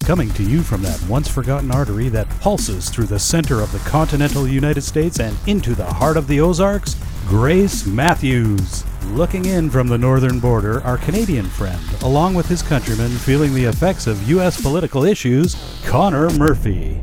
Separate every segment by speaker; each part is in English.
Speaker 1: Coming to you from that once forgotten artery that pulses through the center of the continental United States and into the heart of the Ozarks, Grace Matthews. Looking in from the northern border, our Canadian friend, along with his countrymen feeling the effects of U.S. political issues, Connor Murphy.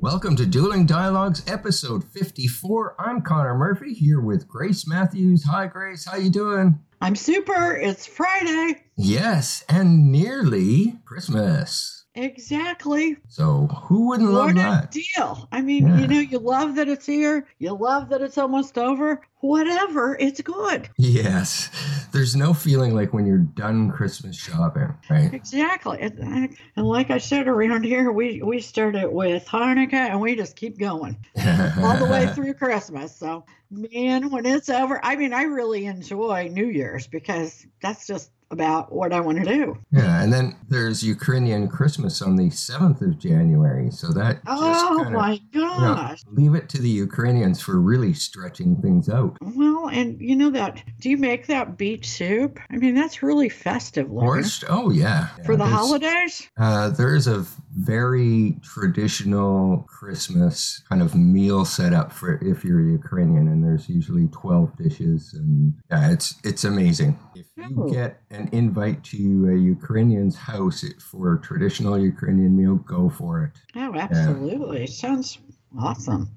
Speaker 2: Welcome to Dueling Dialogues, episode 54. I'm Connor Murphy here with Grace Matthews. Hi, Grace. How you doing?
Speaker 3: I'm super. It's Friday.
Speaker 2: Yes, and nearly Christmas.
Speaker 3: Exactly.
Speaker 2: So who wouldn't love
Speaker 3: What a
Speaker 2: that?
Speaker 3: deal. I mean,
Speaker 2: Yeah.
Speaker 3: you know, you love that it's here. You love that it's almost over. Whatever, it's good.
Speaker 2: Yes. There's no feeling like when you're done Christmas shopping, right?
Speaker 3: Exactly. And and like I said around here, we, we started with Hanukkah and we just keep going all the way through Christmas. So, man, when it's over, I mean, I really enjoy New Year's because that's just about what I want to do.
Speaker 2: Yeah, and then there's Ukrainian Christmas on the 7th of January. So that just
Speaker 3: Oh,
Speaker 2: kind of
Speaker 3: my gosh.
Speaker 2: leave it to the Ukrainians for really stretching things out.
Speaker 3: Well, and you know that. Do you make that beet soup? I mean, that's really festive, Laura.
Speaker 2: Borscht? Oh, yeah.
Speaker 3: For the
Speaker 2: holiday.
Speaker 3: holidays?
Speaker 2: Uh, there is a very traditional Christmas kind of meal set up for if you're Ukrainian, and there's usually 12 dishes, and yeah, it's it's amazing. If you
Speaker 3: Oh.
Speaker 2: get an invite to a Ukrainian's house it- for a traditional Ukrainian meal, go for it.
Speaker 3: Oh, absolutely. Sounds awesome.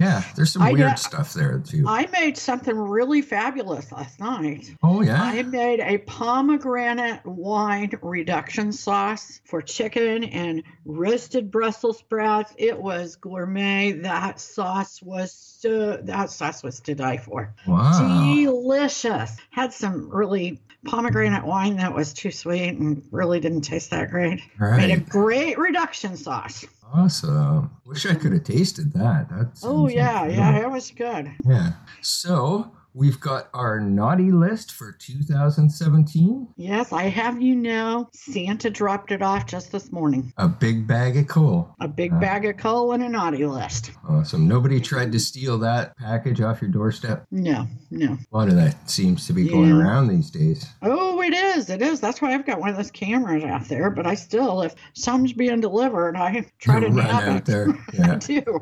Speaker 2: Yeah, there's some
Speaker 3: I
Speaker 2: weird
Speaker 3: got-
Speaker 2: stuff there too.
Speaker 3: I made something really fabulous last night.
Speaker 2: oh yeah,
Speaker 3: I made a pomegranate wine reduction sauce for chicken and roasted Brussels sprouts. It was gourmet. That sauce was so, that sauce was to die for.
Speaker 2: wow.
Speaker 3: Delicious. Had some really pomegranate wine that was too sweet and really didn't taste that great. Made a
Speaker 2: Right.
Speaker 3: great reduction sauce.
Speaker 2: Awesome. Wish I could have tasted that. That's
Speaker 3: Oh yeah, yeah, it was good.
Speaker 2: Yeah. So we've got our naughty list for 2017.
Speaker 3: Yes, I have you know Santa dropped it off just this morning.
Speaker 2: A big bag of coal.
Speaker 3: A big
Speaker 2: Uh.
Speaker 3: bag of coal and a naughty list.
Speaker 2: Awesome. Nobody tried to steal that package off your doorstep.
Speaker 3: No, no.
Speaker 2: A lot of that seems to be going
Speaker 3: Yeah.
Speaker 2: around these days.
Speaker 3: Oh, it is. It is. That's why I've got one of those cameras out there. But I still, if some's being delivered, I try to
Speaker 2: You run
Speaker 3: nab
Speaker 2: out
Speaker 3: it.
Speaker 2: there. Yeah.
Speaker 3: I do.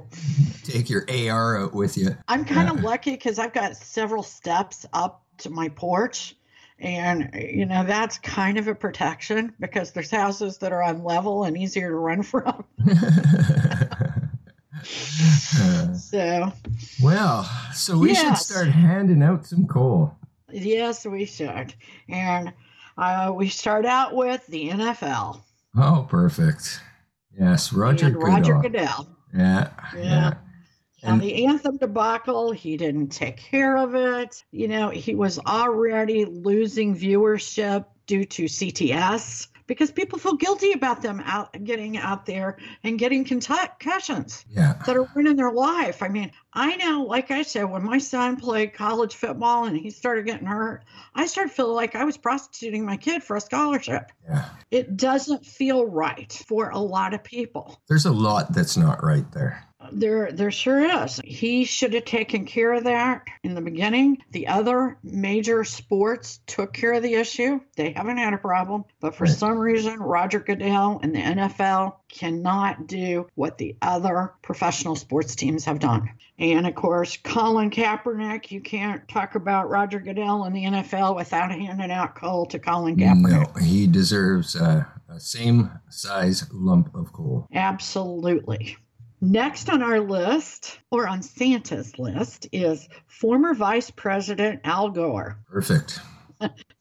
Speaker 2: Take your AR out with you.
Speaker 3: I'm kind of
Speaker 2: Yeah.
Speaker 3: lucky because I've got several steps up to my porch. And, you know, that's kind of a protection because there's houses that are on level and easier to run from.
Speaker 2: Uh,
Speaker 3: So,
Speaker 2: well, so we should
Speaker 3: Yes.
Speaker 2: start handing out some coal.
Speaker 3: yes, we should. And uh, we start out with the NFL
Speaker 2: Oh, perfect. Yes, Roger
Speaker 3: and Roger
Speaker 2: Goodall.
Speaker 3: Goodell.
Speaker 2: Yeah,
Speaker 3: Yeah.
Speaker 2: yeah.
Speaker 3: Now,
Speaker 2: And-
Speaker 3: the anthem debacle, he didn't take care of it. You know, he was already losing viewership due to CTS because people feel guilty about them out getting out there and getting concussions
Speaker 2: Yeah.
Speaker 3: that are ruining their life. I mean, I know, like I said, when my son played college football and he started getting hurt, I started feeling like I was prostituting my kid for a scholarship.
Speaker 2: Yeah.
Speaker 3: It doesn't feel right for a lot of people.
Speaker 2: There's a lot that's not right there.
Speaker 3: There, there sure is. He should have taken care of that in the beginning. The other major sports took care of the issue. They haven't had a problem. But for
Speaker 2: Right.
Speaker 3: some reason, Roger Goodell and the NFL cannot do what the other professional sports teams have done. And of course, Colin Kaepernick, you can't talk about Roger Goodell and the NFL without handing out coal to Colin Kaepernick.
Speaker 2: No, he deserves uh, a same size lump of coal.
Speaker 3: Absolutely. Next on our list, or on Santa's list, is former Vice President Al Gore
Speaker 2: Perfect.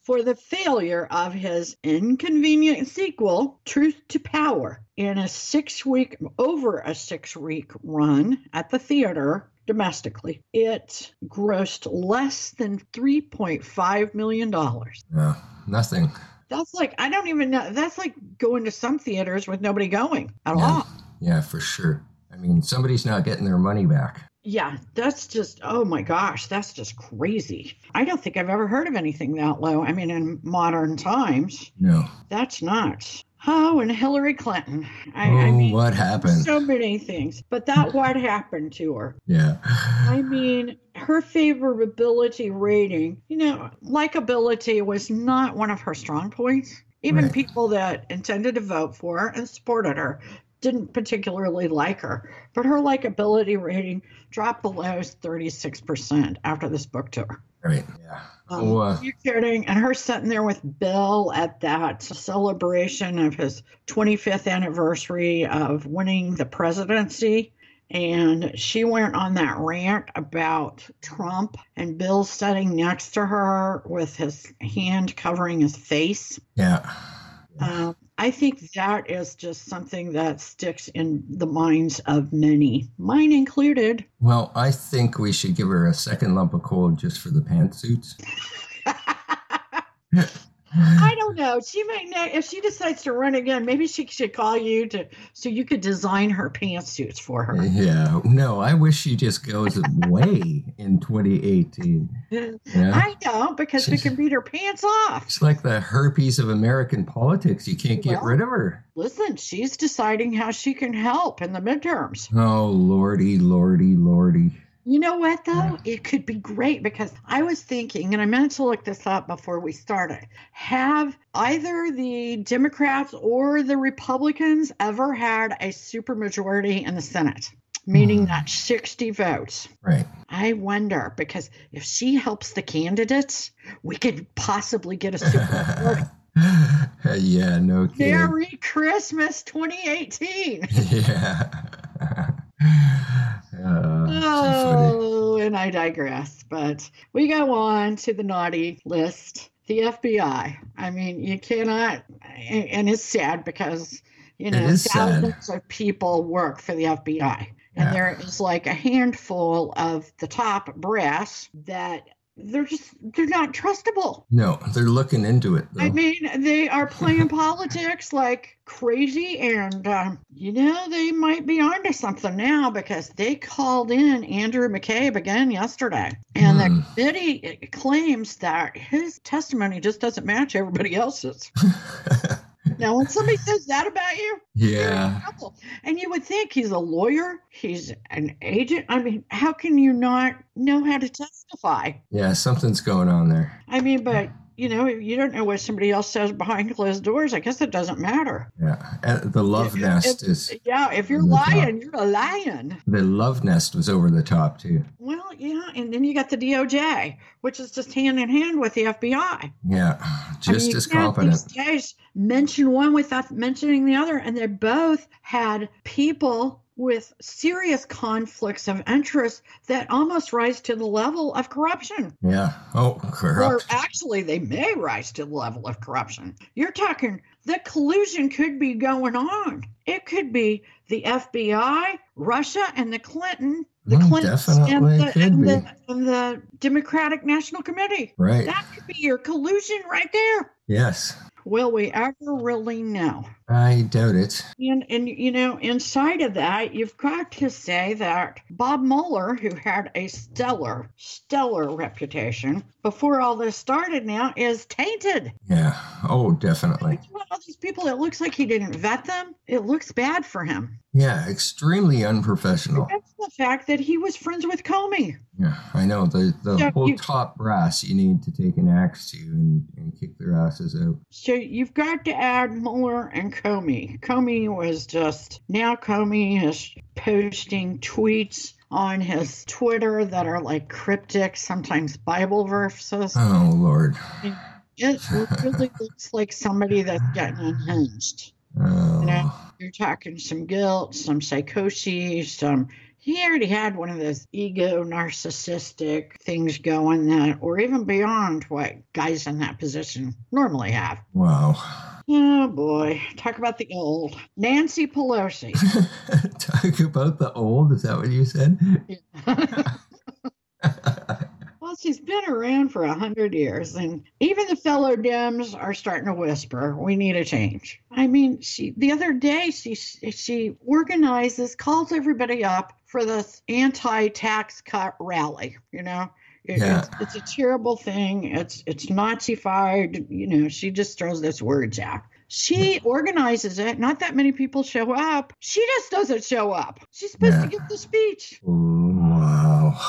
Speaker 3: for the failure of his inconvenient sequel, Truth to Power, in a six week, over a six week run at the theater domestically. It grossed less than $3.5 million.
Speaker 2: No, nothing.
Speaker 3: That's like, I don't even know. That's like going to some theaters with nobody going at
Speaker 2: Yeah.
Speaker 3: all.
Speaker 2: Yeah, for sure. I mean, somebody's not getting their money back.
Speaker 3: Yeah, that's just, oh my gosh, that's just crazy. I don't think I've ever heard of anything that low. I mean, in modern times,
Speaker 2: No.
Speaker 3: that's nuts. Oh, and Hillary Clinton. I,
Speaker 2: oh,
Speaker 3: I mean,
Speaker 2: what happened?
Speaker 3: so many things, but that what happened to her.
Speaker 2: yeah.
Speaker 3: I mean, her favorability rating, you know, likability was not one of her strong points. Even
Speaker 2: Right.
Speaker 3: people that intended to vote for her and supported her didn't particularly like her. But her likability rating dropped below 36% after this book tour.
Speaker 2: Right. Yeah.
Speaker 3: Um,
Speaker 2: oh, uh,
Speaker 3: you kidding? And her sitting there with Bill at that celebration of his 25th anniversary of winning the presidency. And she went on that rant about Trump and Bill sitting next to her with his hand covering his face.
Speaker 2: yeah.
Speaker 3: Um, I think that is just something that sticks in the minds of many, mine included.
Speaker 2: Well, I think we should give her a second lump of coal just for the pantsuits.
Speaker 3: I don't know. She might know if she decides to run again. Maybe she should call you to so you could design her pantsuits for her.
Speaker 2: Yeah. No, I wish she just goes away in 2018. Yeah.
Speaker 3: I know because we can beat her pants off.
Speaker 2: It's like the herpes of American politics. You can't get
Speaker 3: Well.
Speaker 2: rid of her.
Speaker 3: Listen, she's deciding how she can help in the midterms.
Speaker 2: Oh, lordy, lordy, lordy.
Speaker 3: You know what though? It could be great because I was thinking, and I meant to look this up before we started. Have either the Democrats or the Republicans ever had a supermajority in the Senate? Meaning
Speaker 2: Hmm.
Speaker 3: that 60 votes.
Speaker 2: Right.
Speaker 3: I wonder because if she helps the candidates, we could possibly get a super. board.
Speaker 2: yeah, no kidding.
Speaker 3: Merry Christmas 2018.
Speaker 2: Yeah. Uh, too funny.
Speaker 3: Oh, and I digress, but we go on to the naughty list. The FBI. I mean, you cannot, and and it's sad because, you
Speaker 2: It
Speaker 3: know,
Speaker 2: is sad.
Speaker 3: thousands of people work for the FBI.
Speaker 2: Yeah.
Speaker 3: And there is like a handful of the top brass that they're just, they're not trustable.
Speaker 2: no, they're looking into it. Though.
Speaker 3: I mean, they are playing politics like crazy, and um, you know they might be onto something now because they called in Andrew McCabe again yesterday, and
Speaker 2: Hmm.
Speaker 3: the committee claims that his testimony just doesn't match everybody else's. now, when somebody says that about you, you're in
Speaker 2: yeah.
Speaker 3: trouble. and you would think he's a lawyer, he's an agent. I mean, how can you not know how to testify?
Speaker 2: Yeah, something's going on there.
Speaker 3: I mean, but you know, if you don't know what somebody else says behind closed doors, I guess it doesn't matter.
Speaker 2: Yeah. Uh, The love
Speaker 3: If-
Speaker 2: nest
Speaker 3: if-
Speaker 2: is
Speaker 3: Yeah, if you're
Speaker 2: Over the top.
Speaker 3: lying, you're a lion.
Speaker 2: the love nest was over the top too.
Speaker 3: Well, yeah, and then you got the DOJ, which is just hand in hand with the FBI.
Speaker 2: Yeah.
Speaker 3: I mean,
Speaker 2: Just
Speaker 3: you
Speaker 2: as
Speaker 3: can't
Speaker 2: competent.
Speaker 3: These days, mention one without mentioning the other, and they both had people with serious conflicts of interest that almost rise to the level of corruption.
Speaker 2: Yeah. Oh,
Speaker 3: Or
Speaker 2: corrupt.
Speaker 3: actually, they may rise to the level of corruption. You're talking the collusion could be going on. It could be the FBI, Russia, and the Clinton, the
Speaker 2: Oh,
Speaker 3: Clintons, and
Speaker 2: definitely
Speaker 3: the,
Speaker 2: could
Speaker 3: and,
Speaker 2: be.
Speaker 3: the, and the Democratic National Committee.
Speaker 2: Right.
Speaker 3: That could be your collusion right there.
Speaker 2: Yes.
Speaker 3: Will we ever really know?
Speaker 2: I doubt it.
Speaker 3: And, and you know, inside of that, you've got to say that Bob Mueller, who had a stellar, stellar reputation before all this started, now is tainted.
Speaker 2: Yeah. Oh,
Speaker 3: Look
Speaker 2: definitely.
Speaker 3: at all these people. It looks like he didn't vet them. It looks bad for him.
Speaker 2: Yeah. Extremely unprofessional.
Speaker 3: That's the fact that he was friends with Comey.
Speaker 2: Yeah, I know the the
Speaker 3: Yeah,
Speaker 2: whole
Speaker 3: you-
Speaker 2: top brass. You need to take an axe to and, and kick their asses out.
Speaker 3: So you've got to add Mueller and Comey. Comey was just now Comey is posting tweets on his Twitter that are like cryptic, sometimes Bible verses.
Speaker 2: Oh Lord.
Speaker 3: It really looks like somebody that's gotten unhinged.
Speaker 2: Oh.
Speaker 3: Yeah. You're talking some guilt, some psychosis, some. He already had one of those ego narcissistic things going that, or even beyond what guys in that position normally have.
Speaker 2: Wow.
Speaker 3: Oh boy, talk about the old Nancy Pelosi.
Speaker 2: Talk about the old. Is that what you said?
Speaker 3: well, he's been around for a hundred years, and even the fellow Dems are starting to whisper, "We need a change." I mean, she the other day she she organizes, calls everybody up for this anti-tax cut rally. You know, it-
Speaker 2: Yeah.
Speaker 3: it's, it's a terrible thing. It's it's Nazified. You know, she just throws those words out. She organizes it. Not that many people show up. She just doesn't show up. She's supposed to
Speaker 2: Yeah.
Speaker 3: give the speech.
Speaker 2: Wow.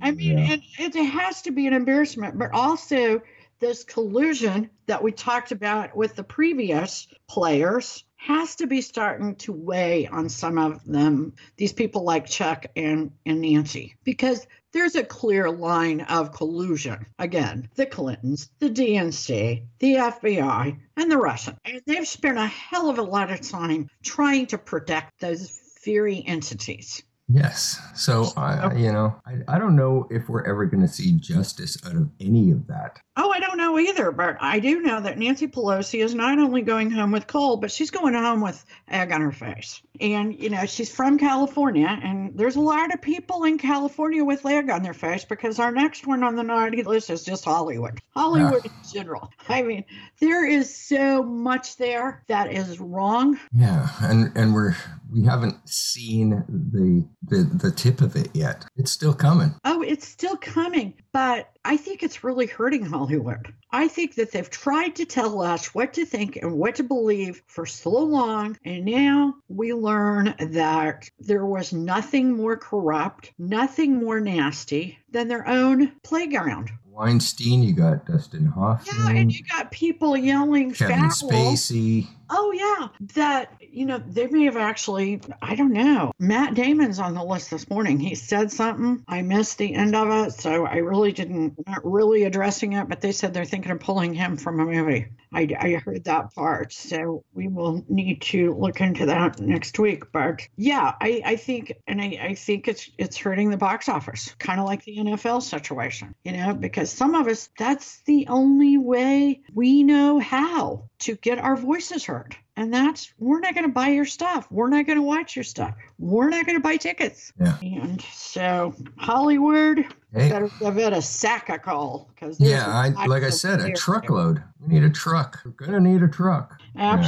Speaker 3: I mean,
Speaker 2: Yeah.
Speaker 3: and it, it has to be an embarrassment, but also this collusion that we talked about with the previous players has to be starting to weigh on some of them, these people like Chuck and, and Nancy, because there's a clear line of collusion. Again, the Clintons, the DNC, the FBI, and the Russian. And they've spent a hell of a lot of time trying to protect those very entities.
Speaker 2: Yes. So I, you know, I, I don't know if we're ever going to see justice out of any of that.
Speaker 3: Oh, I don't know either, but I do know that Nancy Pelosi is not only going home with coal, but she's going home with egg on her face. And, you know, she's from California, and there's a lot of people in California with egg on their face because our next one on the naughty list is just Hollywood. Hollywood in general. I mean, there is so much there that is wrong.
Speaker 2: Yeah, and and we're we haven't seen the the the tip of it yet. It's still coming.
Speaker 3: Oh, it's still coming, but I think it's really hurting Hollywood. I think that they've tried to tell us what to think and what to believe for so long, and now we learn that there was nothing more corrupt, nothing more nasty than their own playground.
Speaker 2: Weinstein, you got Dustin
Speaker 3: Yeah,
Speaker 2: Hoffman,
Speaker 3: and you got people yelling
Speaker 2: Mm. Kevin
Speaker 3: foul.
Speaker 2: Spacey.
Speaker 3: Oh yeah, that you know they may have actually I don't know. Matt Damon's on the list this morning. He said something. I missed the end of it, so I really didn't not really addressing it. But they said they're thinking of pulling him from a movie. I, I heard that part, so we will need to look into that next week. But yeah, I, I think and I, I think it's it's hurting the box office, kind of like the NFL situation, you know, because some of us that's the only way we know how to get our voices heard. And that's we're not going to buy your stuff. We're not going to watch your stuff. We're not going to buy tickets.
Speaker 2: Yeah.
Speaker 3: And so Hollywood
Speaker 2: Hey,
Speaker 3: better give it a sack a call because
Speaker 2: yeah, I, like I said, a truckload. We need a truck. We're gonna need a truck.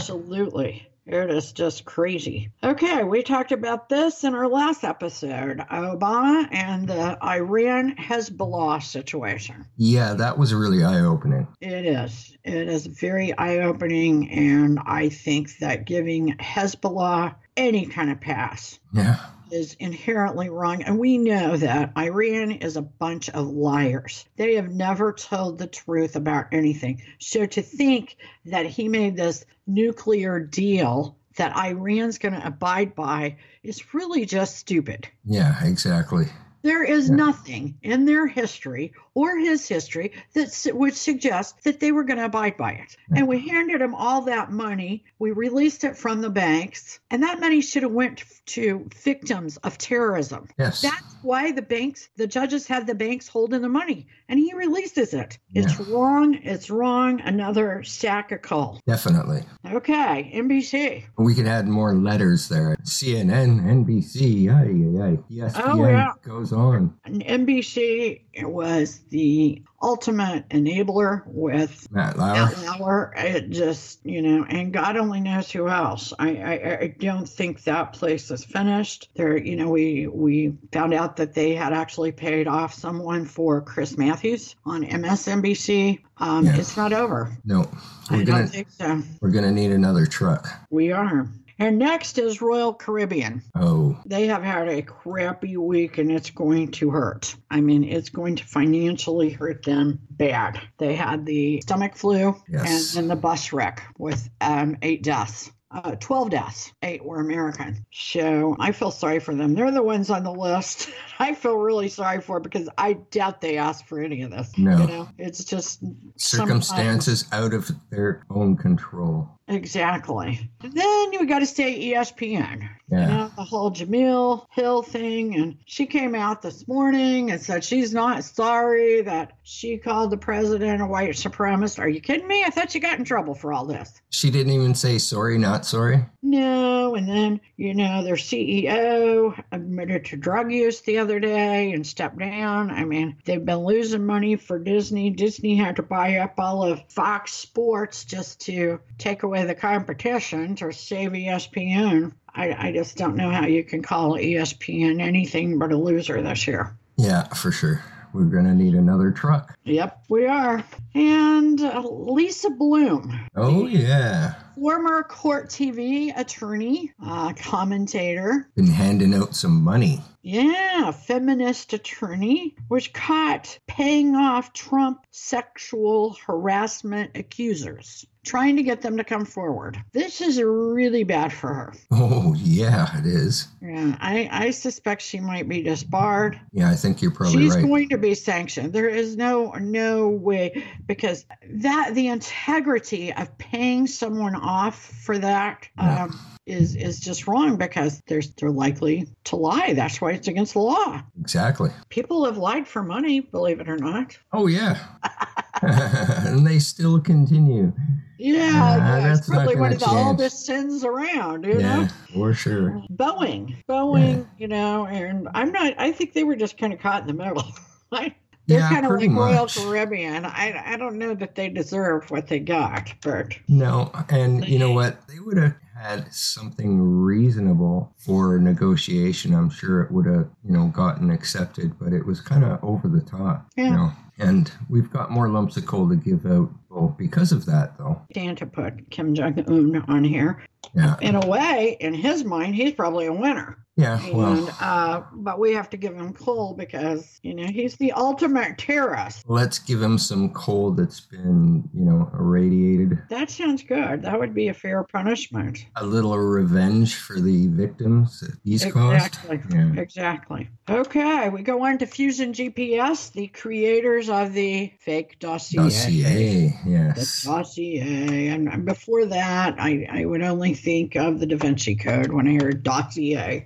Speaker 3: Absolutely. It is just crazy. Okay, we talked about this in our last episode Obama and the Iran Hezbollah situation.
Speaker 2: Yeah, that was really eye opening.
Speaker 3: It is. It is very eye opening. And I think that giving Hezbollah any kind of pass
Speaker 2: Yeah,
Speaker 3: is inherently wrong. And we know that Iran is a bunch of liars. They have never told the truth about anything. So to think that he made this nuclear deal that Iran's going to abide by is really just stupid.
Speaker 2: yeah, exactly.
Speaker 3: There is
Speaker 2: Yeah.
Speaker 3: nothing in their history or his history that s- would suggest that they were going to abide by it. And we handed them all that money. We released it from the banks, and that money should have went to victims of terrorism.
Speaker 2: Yes.
Speaker 3: That's why the banks, the judges had the banks holding the money, and he releases it. It's wrong. It's wrong. Another sack of coal.
Speaker 2: Definitely.
Speaker 3: Okay, NBC.
Speaker 2: We could add more letters there. CNN, NBC, yada, yada, yada. ESPN
Speaker 3: Oh, yeah.
Speaker 2: goes on.
Speaker 3: And NBC was the ultimate enabler with
Speaker 2: Matt Lauer.
Speaker 3: Matt Lauer, it just you know, and God only knows who else. I, I I don't think that place is finished. There, you know, we we found out that they had actually paid off someone for Chris Matthews on MSNBC. Um,
Speaker 2: Yeah.
Speaker 3: It's not over.
Speaker 2: No,
Speaker 3: I
Speaker 2: we're
Speaker 3: don't
Speaker 2: gonna
Speaker 3: think so.
Speaker 2: we're gonna need another truck.
Speaker 3: We are. And next is Royal Caribbean.
Speaker 2: Oh,
Speaker 3: They have had a crappy week and it's going to hurt. I mean, it's going to financially hurt them bad. They had the stomach flu
Speaker 2: Yes.
Speaker 3: and then the bus wreck with um, eight deaths. Uh, 12 deaths, eight were American. So I feel sorry for them. They're the ones on the list I feel really sorry for because I doubt they asked for any of this.
Speaker 2: No.
Speaker 3: You know, it's just sometimes-
Speaker 2: circumstances out of their own control.
Speaker 3: Exactly. Then you got to stay E ESPN.
Speaker 2: Yeah.
Speaker 3: You know, the whole Jamil Hill thing. And she came out this morning and said she's not sorry that she called the president a white supremacist. Are you kidding me? I thought she got in trouble for all this.
Speaker 2: She didn't even say sorry, not sorry.
Speaker 3: No, and then, you know, their CEO admitted to drug use the other day and stepped down. I mean, they've been losing money for Disney. Disney had to buy up all of Fox Sports just to take away the competition to save E ESPN. I, I just don't know how you can call E ESPN anything but a loser this year.
Speaker 2: Yeah, for sure. We're going to need another truck.
Speaker 3: Yep, we are. And uh, Lisa Bloom,
Speaker 2: Oh, yeah.
Speaker 3: former court TV attorney, uh, commentator,
Speaker 2: Been handing out some money.
Speaker 3: Yeah, feminist attorney was caught paying off Trump sexual harassment accusers, trying to get them to come forward. This is really bad for her.
Speaker 2: Oh, yeah, it is.
Speaker 3: Yeah, I, I suspect she might be disbarred.
Speaker 2: Yeah, I think you're probably
Speaker 3: She's
Speaker 2: right.
Speaker 3: going to be sanctioned. There is no no way because that the integrity of paying someone off for that
Speaker 2: Yeah.
Speaker 3: um, is is just wrong because they're they're likely to lie. That's why it's against the law.
Speaker 2: exactly.
Speaker 3: People have lied for money, believe it or not.
Speaker 2: Oh, yeah. and they still continue.
Speaker 3: Yeah,
Speaker 2: Nah,
Speaker 3: yeah, it's
Speaker 2: that's not
Speaker 3: probably one
Speaker 2: gonna
Speaker 3: of the oldest
Speaker 2: change.
Speaker 3: sins around, you
Speaker 2: yeah,
Speaker 3: know?
Speaker 2: for sure.
Speaker 3: Boeing, Boeing, you know, and I'm not, I think they were just kind of caught in the middle. Like, They're
Speaker 2: yeah,
Speaker 3: kind of
Speaker 2: pretty
Speaker 3: like Royal
Speaker 2: much.
Speaker 3: Caribbean. I, I don't know that they deserve what they got, but
Speaker 2: No, and you know what? They would have had something reasonable for negotiation. I'm sure it would have, you know, gotten accepted, but it was kind of over the top.
Speaker 3: Yeah.
Speaker 2: You know? And we've got more lumps of coal to give out well, because of that, though.
Speaker 3: Santa put Kim Jong Un on here.
Speaker 2: Yeah.
Speaker 3: In a way, in his mind, he's probably a winner.
Speaker 2: Yeah.
Speaker 3: And
Speaker 2: Well,
Speaker 3: uh, but we have to give him coal because you know he's the ultimate terrorist.
Speaker 2: let's give him some coal that's been, you know, irradiated.
Speaker 3: That sounds good. That would be a fair punishment.
Speaker 2: A little revenge for the victims that he's caused.
Speaker 3: Exactly.
Speaker 2: Yeah.
Speaker 3: Exactly. Okay, we go on to Fusion GPS, the creators of the fake dossier.
Speaker 2: Dossier.
Speaker 3: The
Speaker 2: Yes.
Speaker 3: dossier. And and before that, I, I would only think of the Da Vinci Code when I heard dossier.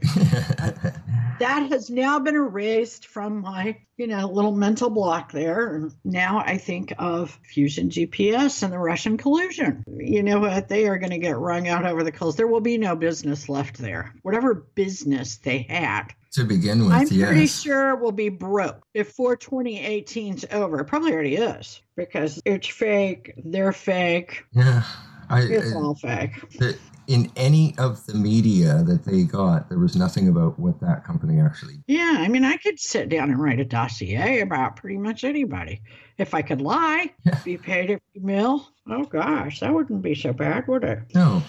Speaker 3: That has now been erased from my, you know, little mental block there. And now I think of Fusion GPS and the Russian collusion. You know what? They are going to get wrung out over the coals. There will be no business left there. Whatever business they had,
Speaker 2: to begin with,
Speaker 3: I'm
Speaker 2: yes.
Speaker 3: pretty sure will be broke before 2018's over. It probably already is because it's fake. They're fake.
Speaker 2: Yeah. I,
Speaker 3: It's
Speaker 2: I-
Speaker 3: all fake.
Speaker 2: the, in any of the media that they got, there was nothing about what that company actually.
Speaker 3: Yeah, I mean, I could sit down and write a dossier about pretty much anybody. If I could lie,
Speaker 2: Yeah.
Speaker 3: be paid a few mil. Oh gosh, that wouldn't be so bad, would it?
Speaker 2: No.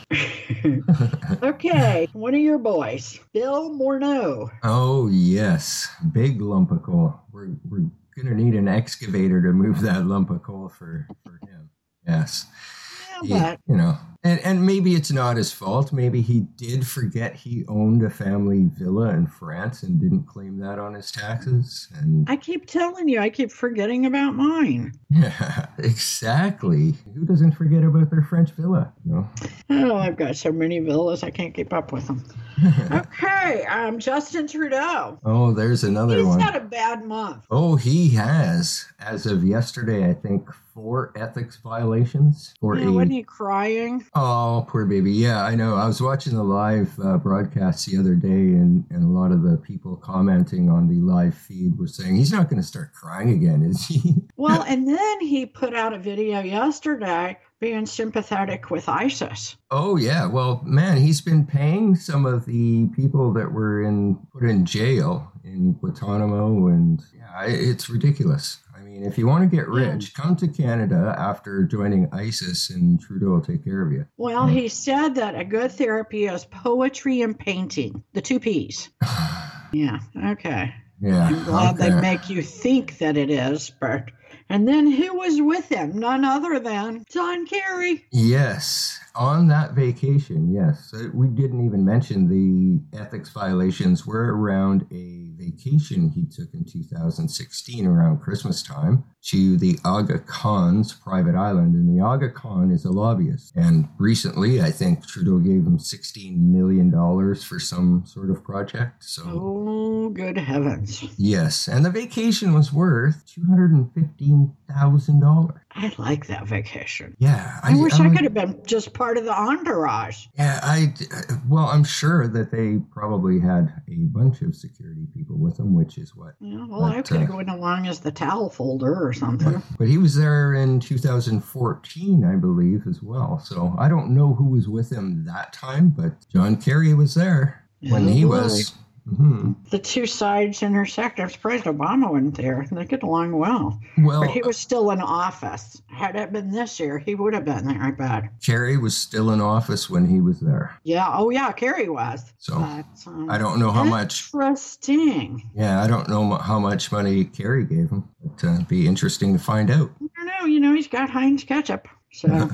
Speaker 3: okay, one of your boys, Bill Morneau.
Speaker 2: oh yes, big lump of coal. We're we're gonna need an excavator to move that lump of coal for for him. Yes.
Speaker 3: Yeah,
Speaker 2: He- you know, and and maybe it's not his fault. Maybe he did forget he owned a family villa in France and didn't claim that on his taxes. And
Speaker 3: but I keep telling you, I keep forgetting about mine.
Speaker 2: yeah, exactly. Who doesn't forget about their French villa? You know.
Speaker 3: Oh, I've got so many villas, I can't keep up with them. Okay, um, Justin Trudeau.
Speaker 2: oh, there's another
Speaker 3: He's
Speaker 2: one.
Speaker 3: had a bad month.
Speaker 2: oh, he has, as of yesterday, I think four ethics violations for
Speaker 3: Yeah,
Speaker 2: a.
Speaker 3: wasn't he crying?
Speaker 2: Oh, poor baby. Yeah, I know. I was watching the live uh, broadcast the other day, and, and a lot of the people commenting on the live feed were saying, he's not going to start crying again, is he?
Speaker 3: Well, and then he put out a video yesterday being sympathetic with ISIS.
Speaker 2: Oh yeah, well, man, he's been paying some of the people that were in put in jail in Guantanamo, and yeah, I- it's ridiculous. I mean, if you want to get rich, come to Canada after joining ISIS, and Trudeau will take care of you.
Speaker 3: Well, he said that a good therapy is poetry and painting, the two P's. Yeah, okay.
Speaker 2: Yeah,
Speaker 3: I'm glad they
Speaker 2: okay.
Speaker 3: make you think that it is, but. And then who was with him? None other than John Kerry.
Speaker 2: Yes, on that Uh, vacation, yes, So we didn't even mention the ethics violations were around a vacation he took in 2016 around Christmas time to the Aga Khan's private island. And the Aga Khan is a lobbyist. And recently, I think Trudeau gave him $16 million for some sort of project. So.
Speaker 3: Oh, good heavens.
Speaker 2: Yes, and the vacation was worth two hundred and fifteen thousand dollars.
Speaker 3: I like that vacation.
Speaker 2: Yeah,
Speaker 3: I, wish I
Speaker 2: I'm-
Speaker 3: could have been just part of the entourage.
Speaker 2: Yeah, I well, I'm sure that they probably had a bunch of security people with them, which is what.
Speaker 3: Yeah, well, I
Speaker 2: But,
Speaker 3: could have
Speaker 2: uh,
Speaker 3: gone along as the towel folder or something.
Speaker 2: But he was there in 2014, I believe, as well. So I don't know who was with him that time, but John Kerry was there when he
Speaker 3: Oh,
Speaker 2: was. hmm
Speaker 3: The two sides intersect. I'm surprised Obama wasn't there. They get along well.
Speaker 2: Well,
Speaker 3: but he was still in office. Had it been this year, he would have been there, I bet.
Speaker 2: Kerry was still in office when he was there.
Speaker 3: Yeah, oh yeah, Kerry was.
Speaker 2: So
Speaker 3: But, um,
Speaker 2: I don't know how much
Speaker 3: Interesting.
Speaker 2: Yeah, I don't know mu- how much money Kerry gave him, but uh, it'd be interesting to find out.
Speaker 3: I don't know. You know, he's got Heinz ketchup. So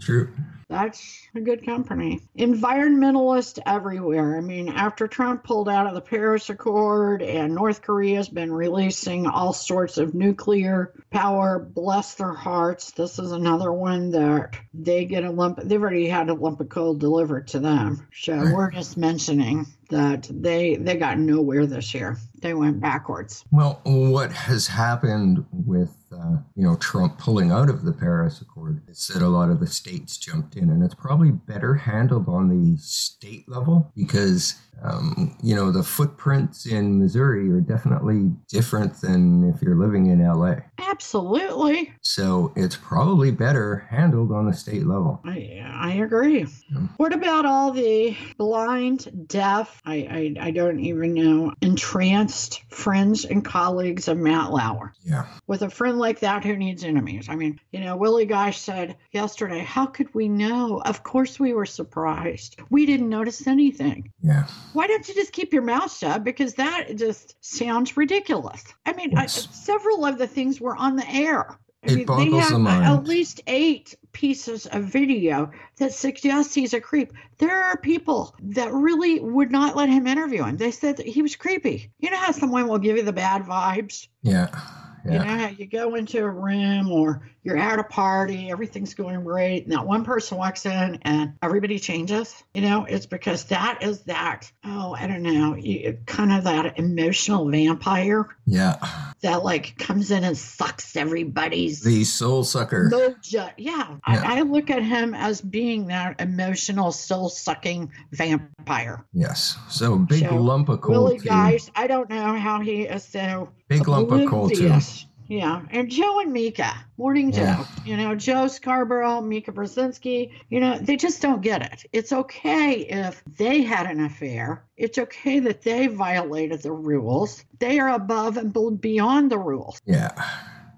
Speaker 2: True.
Speaker 3: that's a good company. Environmentalist everywhere. I mean, after Trump pulled out of the Paris Accord and North Korea's been releasing all sorts of nuclear power, bless their hearts. This is another one that they get a lump, they've already had a lump of coal delivered to them. So
Speaker 2: Right.
Speaker 3: we're just mentioning that they they got nowhere this year. They went backwards.
Speaker 2: Well, what has happened with uh, you know Trump pulling out of the Paris Accord is that a lot of the states jumped in, and it's probably better handled on the state level because um, you know the footprints in Missouri are definitely different than if you're living in LA.
Speaker 3: Absolutely.
Speaker 2: So it's probably better handled on the state level.
Speaker 3: I, I agree.
Speaker 2: Yeah.
Speaker 3: What about all the blind, deaf, I, I, I don't even know, entranced friends and colleagues of Matt Lauer?
Speaker 2: Yeah.
Speaker 3: With a friend like that, who needs enemies? I mean, you know, Willie Gosh said yesterday, How could we know? Of course we were surprised. We didn't notice anything.
Speaker 2: Yeah.
Speaker 3: Why don't you just keep your mouth shut? Because that just sounds ridiculous. I mean, I,
Speaker 2: Yes.
Speaker 3: several of the things were on the air. I
Speaker 2: It
Speaker 3: mean, they
Speaker 2: boggles
Speaker 3: have
Speaker 2: the
Speaker 3: a- at
Speaker 2: mind.
Speaker 3: least eight pieces of video that suggests he's a creep. There are people that really would not let him interview him. They said that he was creepy. You know how someone will give you the bad vibes?
Speaker 2: Yeah.
Speaker 3: You
Speaker 2: Yeah.
Speaker 3: know how you go into a room or you're at a party, everything's going great, and that one person walks in and everybody changes. You know, it's because that is that, oh, I don't know, you, kind of that emotional vampire
Speaker 2: Yeah.
Speaker 3: that like comes in and sucks everybody's
Speaker 2: The soul sucker.
Speaker 3: mojo. Yeah.
Speaker 2: Yeah.
Speaker 3: I, I look at him as being that emotional, soul sucking vampire.
Speaker 2: Yes. So big
Speaker 3: So,
Speaker 2: lump of coal
Speaker 3: really,
Speaker 2: too.
Speaker 3: guys, I don't know how he is so
Speaker 2: Big lump of coal too.
Speaker 3: Oblivious. Yeah. And Joe and Mika, Morning Joe,
Speaker 2: Yeah.
Speaker 3: you know, Joe Scarborough, Mika Brzezinski, you know, they just don't get it. It's okay if they had an affair. It's okay that they violated the rules. They are above and be- beyond the rules.
Speaker 2: Yeah.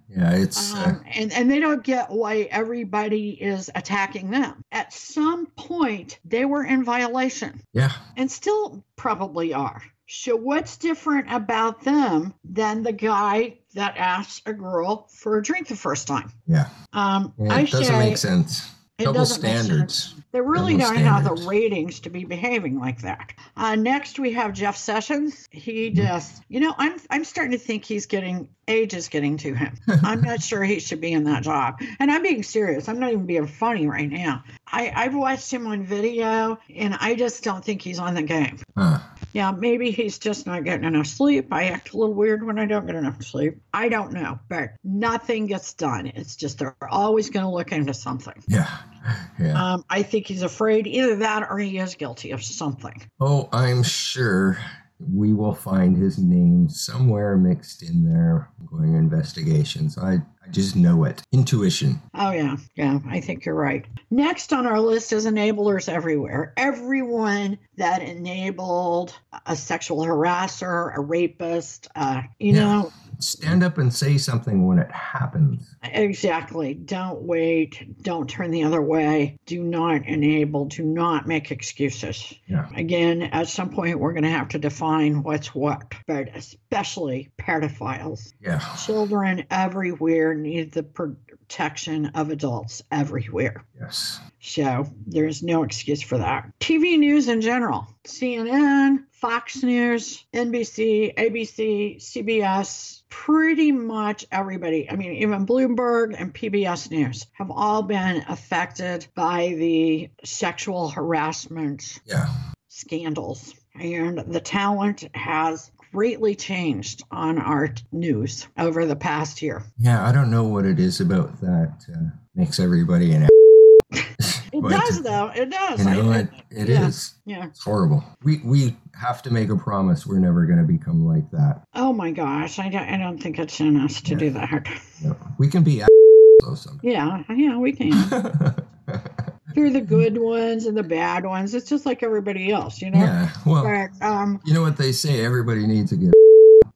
Speaker 2: Yeah. It's uh,
Speaker 3: Um, and, and they don't get why everybody is attacking them. At some point, they were in violation
Speaker 2: yeah.
Speaker 3: and still probably are. So, what's different about them than the guy that asks a girl for a drink the first time?
Speaker 2: Yeah.
Speaker 3: Um,
Speaker 2: Yeah,
Speaker 3: I
Speaker 2: it doesn't
Speaker 3: say
Speaker 2: make sense.
Speaker 3: it
Speaker 2: Double
Speaker 3: doesn't make sense.
Speaker 2: standards.
Speaker 3: They really
Speaker 2: Double
Speaker 3: don't have the
Speaker 2: standards.
Speaker 3: ratings to be behaving like that. Uh, next, we have Jeff Sessions. He
Speaker 2: Mm-hmm.
Speaker 3: just, you know, I'm I'm starting to think he's getting age is getting to him. I'm not sure he should be in that job. And I'm being serious. I'm not even being funny right now. I I've watched him on video, and I just don't think he's on the game.
Speaker 2: Huh.
Speaker 3: Yeah, maybe he's just not getting enough sleep. I act a little weird when I don't get enough sleep. I don't know, but nothing gets done. It's just they're always going to look into something.
Speaker 2: Yeah. Yeah.
Speaker 3: Um, I think he's afraid either that or he is guilty of something.
Speaker 2: oh, I'm sure we will find his name somewhere mixed in there going investigations. I, I just know it. Intuition.
Speaker 3: Oh, yeah. Yeah, I think you're right. Next on our list is enablers everywhere. Everyone that enabled a sexual harasser, a rapist, uh, you
Speaker 2: Yeah.
Speaker 3: know,
Speaker 2: Stand up and say something when it happens.
Speaker 3: Exactly. Don't wait. Don't turn the other way. Do not enable. Do not make excuses.
Speaker 2: Yeah.
Speaker 3: Again, at some point, we're going to have to define what's what, but especially pedophiles.
Speaker 2: Yeah.
Speaker 3: Children everywhere need the protection of adults everywhere.
Speaker 2: Yes.
Speaker 3: So there's no excuse for that. TV news in general CNN, Fox News, NBC, ABC, CBS, pretty much everybody, I mean, even Bloomberg and PBS News have all been affected by the sexual harassment
Speaker 2: Yeah.
Speaker 3: scandals. And the talent has greatly changed on our t- news over the past year.
Speaker 2: Yeah. I don't know what it is about that uh, makes everybody an. a-
Speaker 3: It
Speaker 2: But,
Speaker 3: does, though. It does.
Speaker 2: You know,
Speaker 3: I-
Speaker 2: it, it is.
Speaker 3: yeah, Yeah.
Speaker 2: It's horrible. We we have to make a promise. We're never going to become like that.
Speaker 3: Oh my gosh. I don't, I don't think it's in us to do that.
Speaker 2: No. We can be a- though sometimes.
Speaker 3: Yeah. Yeah, we can. Through the good ones and the bad ones. It's just like everybody else, you know?
Speaker 2: yeah. Well,
Speaker 3: But, um,
Speaker 2: you know what they say. Everybody needs a good.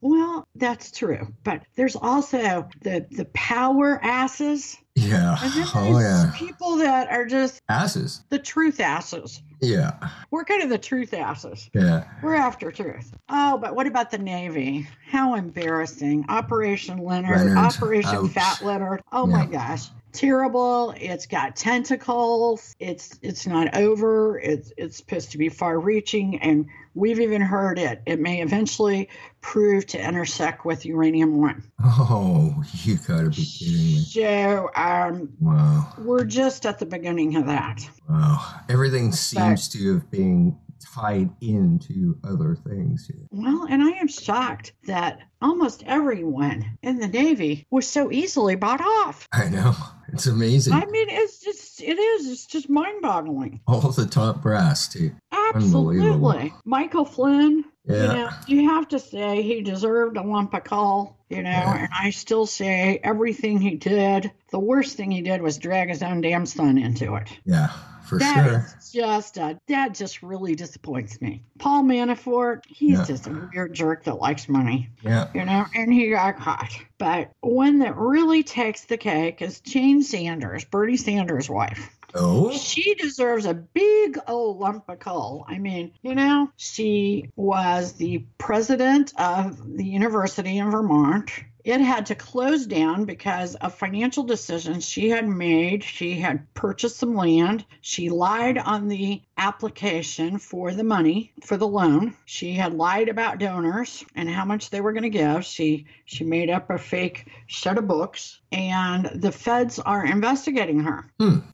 Speaker 3: well, that's true. But there's also the the power asses,
Speaker 2: Yeah.
Speaker 3: and then
Speaker 2: Oh
Speaker 3: there's
Speaker 2: yeah.
Speaker 3: people that are just
Speaker 2: Asses.
Speaker 3: the truth asses.
Speaker 2: Yeah.
Speaker 3: We're kind of the truth asses.
Speaker 2: Yeah.
Speaker 3: We're after truth. Oh, but what about the Navy? How embarrassing. Operation Leonard,
Speaker 2: Leonard,
Speaker 3: Operation
Speaker 2: ouch.
Speaker 3: Fat Leonard. Oh my gosh. Terrible. It's got tentacles. It's it's not over. It's it's supposed to be far reaching and we've even heard it. It may eventually prove to intersect with uranium one.
Speaker 2: Oh, you gotta be kidding me!
Speaker 3: So um
Speaker 2: Wow.
Speaker 3: we're just at the beginning of that.
Speaker 2: Wow. Everything seems to have been tied into other things here.
Speaker 3: Well, and I am shocked that almost everyone in the Navy was so easily bought off.
Speaker 2: I know. It's amazing.
Speaker 3: I mean, it's just, it is, it's just mind boggling.
Speaker 2: All the top brass, too. Unbelievable.
Speaker 3: Absolutely. Michael Flynn,
Speaker 2: Yeah.
Speaker 3: you know, you have to say he deserved a lump of coal, you know,
Speaker 2: Yeah.
Speaker 3: and I still say everything he did, the worst thing he did was drag his own damn son into it.
Speaker 2: Yeah, for
Speaker 3: That is
Speaker 2: sure.
Speaker 3: just uh that just really disappoints me. Paul Manafort, he's
Speaker 2: Yeah.
Speaker 3: just a weird jerk that likes money.
Speaker 2: Yeah.
Speaker 3: you know, and he got caught. But one that really takes the cake is Jane Sanders, Bernie Sanders' wife.
Speaker 2: Oh,
Speaker 3: She deserves a big old lump of coal. I mean, you know, she was the president of the university in Vermont. It had to close down because of financial decisions she had made. She had purchased some land. She lied on the application for the money for the loan. She had lied about donors and how much they were going to give. She she made up a fake set of books, and the feds are investigating her.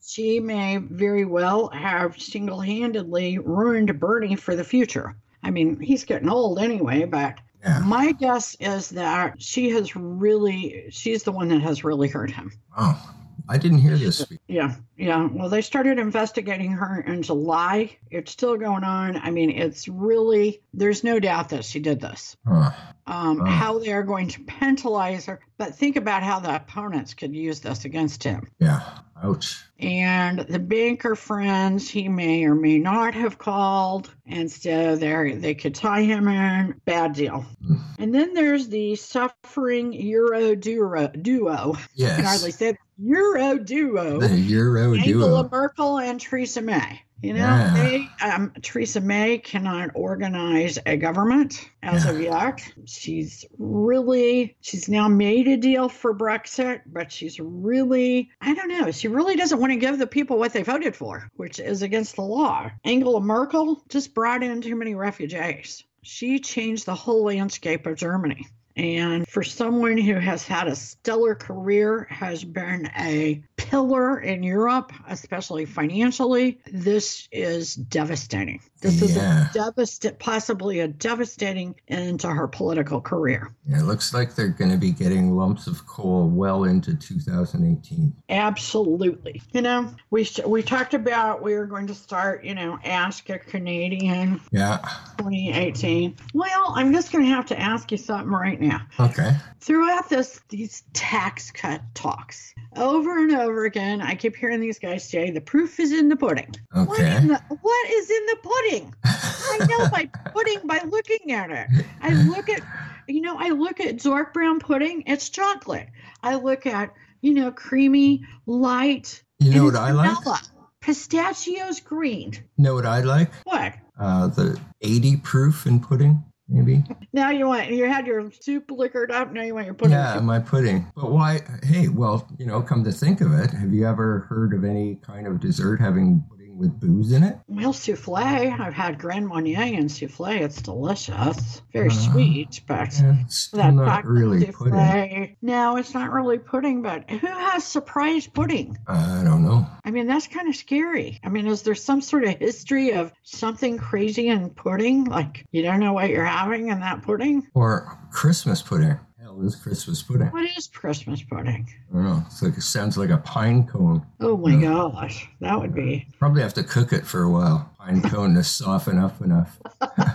Speaker 3: She may very well have single handedly ruined Bernie for the future. I mean, he's getting old anyway, but
Speaker 2: yeah.
Speaker 3: my guess is that she has really, she's the one that has really hurt him.
Speaker 2: Wow. Oh, I didn't hear this. Speak.
Speaker 3: Yeah, yeah. Well, they started investigating her in July. It's still going on. I mean, it's really, there's no doubt that she did this.
Speaker 2: Huh.
Speaker 3: Um,
Speaker 2: Wow.
Speaker 3: How they are going to penalize her, but think about how the opponents could use this against him.
Speaker 2: Yeah. Ouch.
Speaker 3: and the banker friends he may or may not have called and so there they could tie him in bad deal
Speaker 2: Hmm.
Speaker 3: and then there's the suffering euro duo duo I can hardly
Speaker 2: Yes.
Speaker 3: say that. euro duo
Speaker 2: The Euro
Speaker 3: Angela
Speaker 2: duo.
Speaker 3: Merkel and Theresa May. You know,
Speaker 2: Yeah.
Speaker 3: they, um, Theresa May cannot organize a government as of yet. She's really, she's now made a deal for Brexit, but she's really, I don't know, she really doesn't want to give the people what they voted for, which is against the law. Angela Merkel just brought in too many refugees. She changed the whole landscape of Germany. And for someone who has had a stellar career, has been a pillar in Europe, especially financially, this is devastating. This is
Speaker 2: Yeah.
Speaker 3: a devast- possibly a devastating end to her political career.
Speaker 2: Yeah, it looks like they're going to be getting lumps of coal well into 2018.
Speaker 3: Absolutely. You know, we sh- we talked about we were going to start, you know, ask a Canadian
Speaker 2: Yeah.
Speaker 3: 2018. Well, I'm just going to have to ask you something right now.
Speaker 2: Okay.
Speaker 3: throughout this these tax cut talks over and over again i keep hearing these guys say the proof is in the pudding what, in
Speaker 2: Okay.
Speaker 3: the, what is in the pudding i know by pudding by looking at it i look at you know i look at dark brown pudding it's chocolate i look at you know creamy light
Speaker 2: You know
Speaker 3: and
Speaker 2: what
Speaker 3: it's
Speaker 2: I like?
Speaker 3: vanilla. pistachios green
Speaker 2: Know what I like?
Speaker 3: what
Speaker 2: Uh, the 80 proof in pudding, maybe.
Speaker 3: now you want you had your soup liquored up now you want your pudding
Speaker 2: Yeah, my pudding. But why? Hey, well, you know, come to think of it, have you ever heard of any kind of dessert having pudding anything with booze in it?
Speaker 3: Well, souffle. I've had Grand Marnier and souffle. It's delicious. Very sweet, but
Speaker 2: Yeah, Uh-huh. it's still not
Speaker 3: chocolate
Speaker 2: really pudding.
Speaker 3: souffle- No, it's not really pudding, but who has surprise pudding?
Speaker 2: I don't know.
Speaker 3: I mean, that's kind of scary. I mean, is there some sort of history of something crazy in pudding? Like, you don't know what you're having in that pudding?
Speaker 2: Or Christmas pudding. Hell, this Christmas pudding.
Speaker 3: What is Christmas pudding?
Speaker 2: I don't know. It's like it sounds like a pine cone.
Speaker 3: Oh my
Speaker 2: Yeah.
Speaker 3: gosh, that would be,
Speaker 2: Probably have to cook it for a while. Pine cone to soften up enough.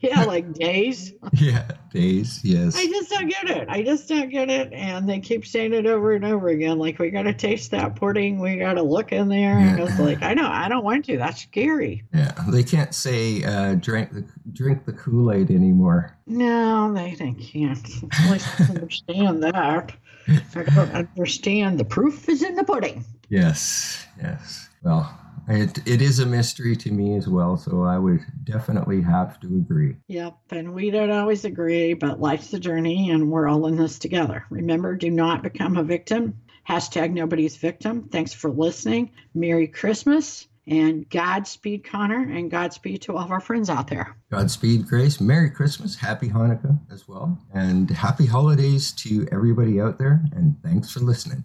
Speaker 3: yeah, like days.
Speaker 2: Yeah, days. Yes.
Speaker 3: I just don't get it. I just don't get it. And they keep saying it over and over again. Like we got to taste that pudding. We got to look in there. And it's like, I know, I don't want to. That's scary.
Speaker 2: Yeah, they can't say uh, drink the drink the Kool Aid anymore.
Speaker 3: No, they, they can't. At least I understand that. I don't understand. The proof is in the pudding.
Speaker 2: Yes, yes. Well, it it is a mystery to me as well, so I would definitely have to agree.
Speaker 3: Yep. And we don't always agree, but life's a journey and we're all in this together. Remember, do not become a victim. Hashtag nobody's victim. Thanks for listening. Merry Christmas and Godspeed, Connor, and Godspeed to all of our friends out there.
Speaker 2: Godspeed, Grace. Merry Christmas, Happy Hanukkah as well, and Happy Holidays to everybody out there. And thanks for listening.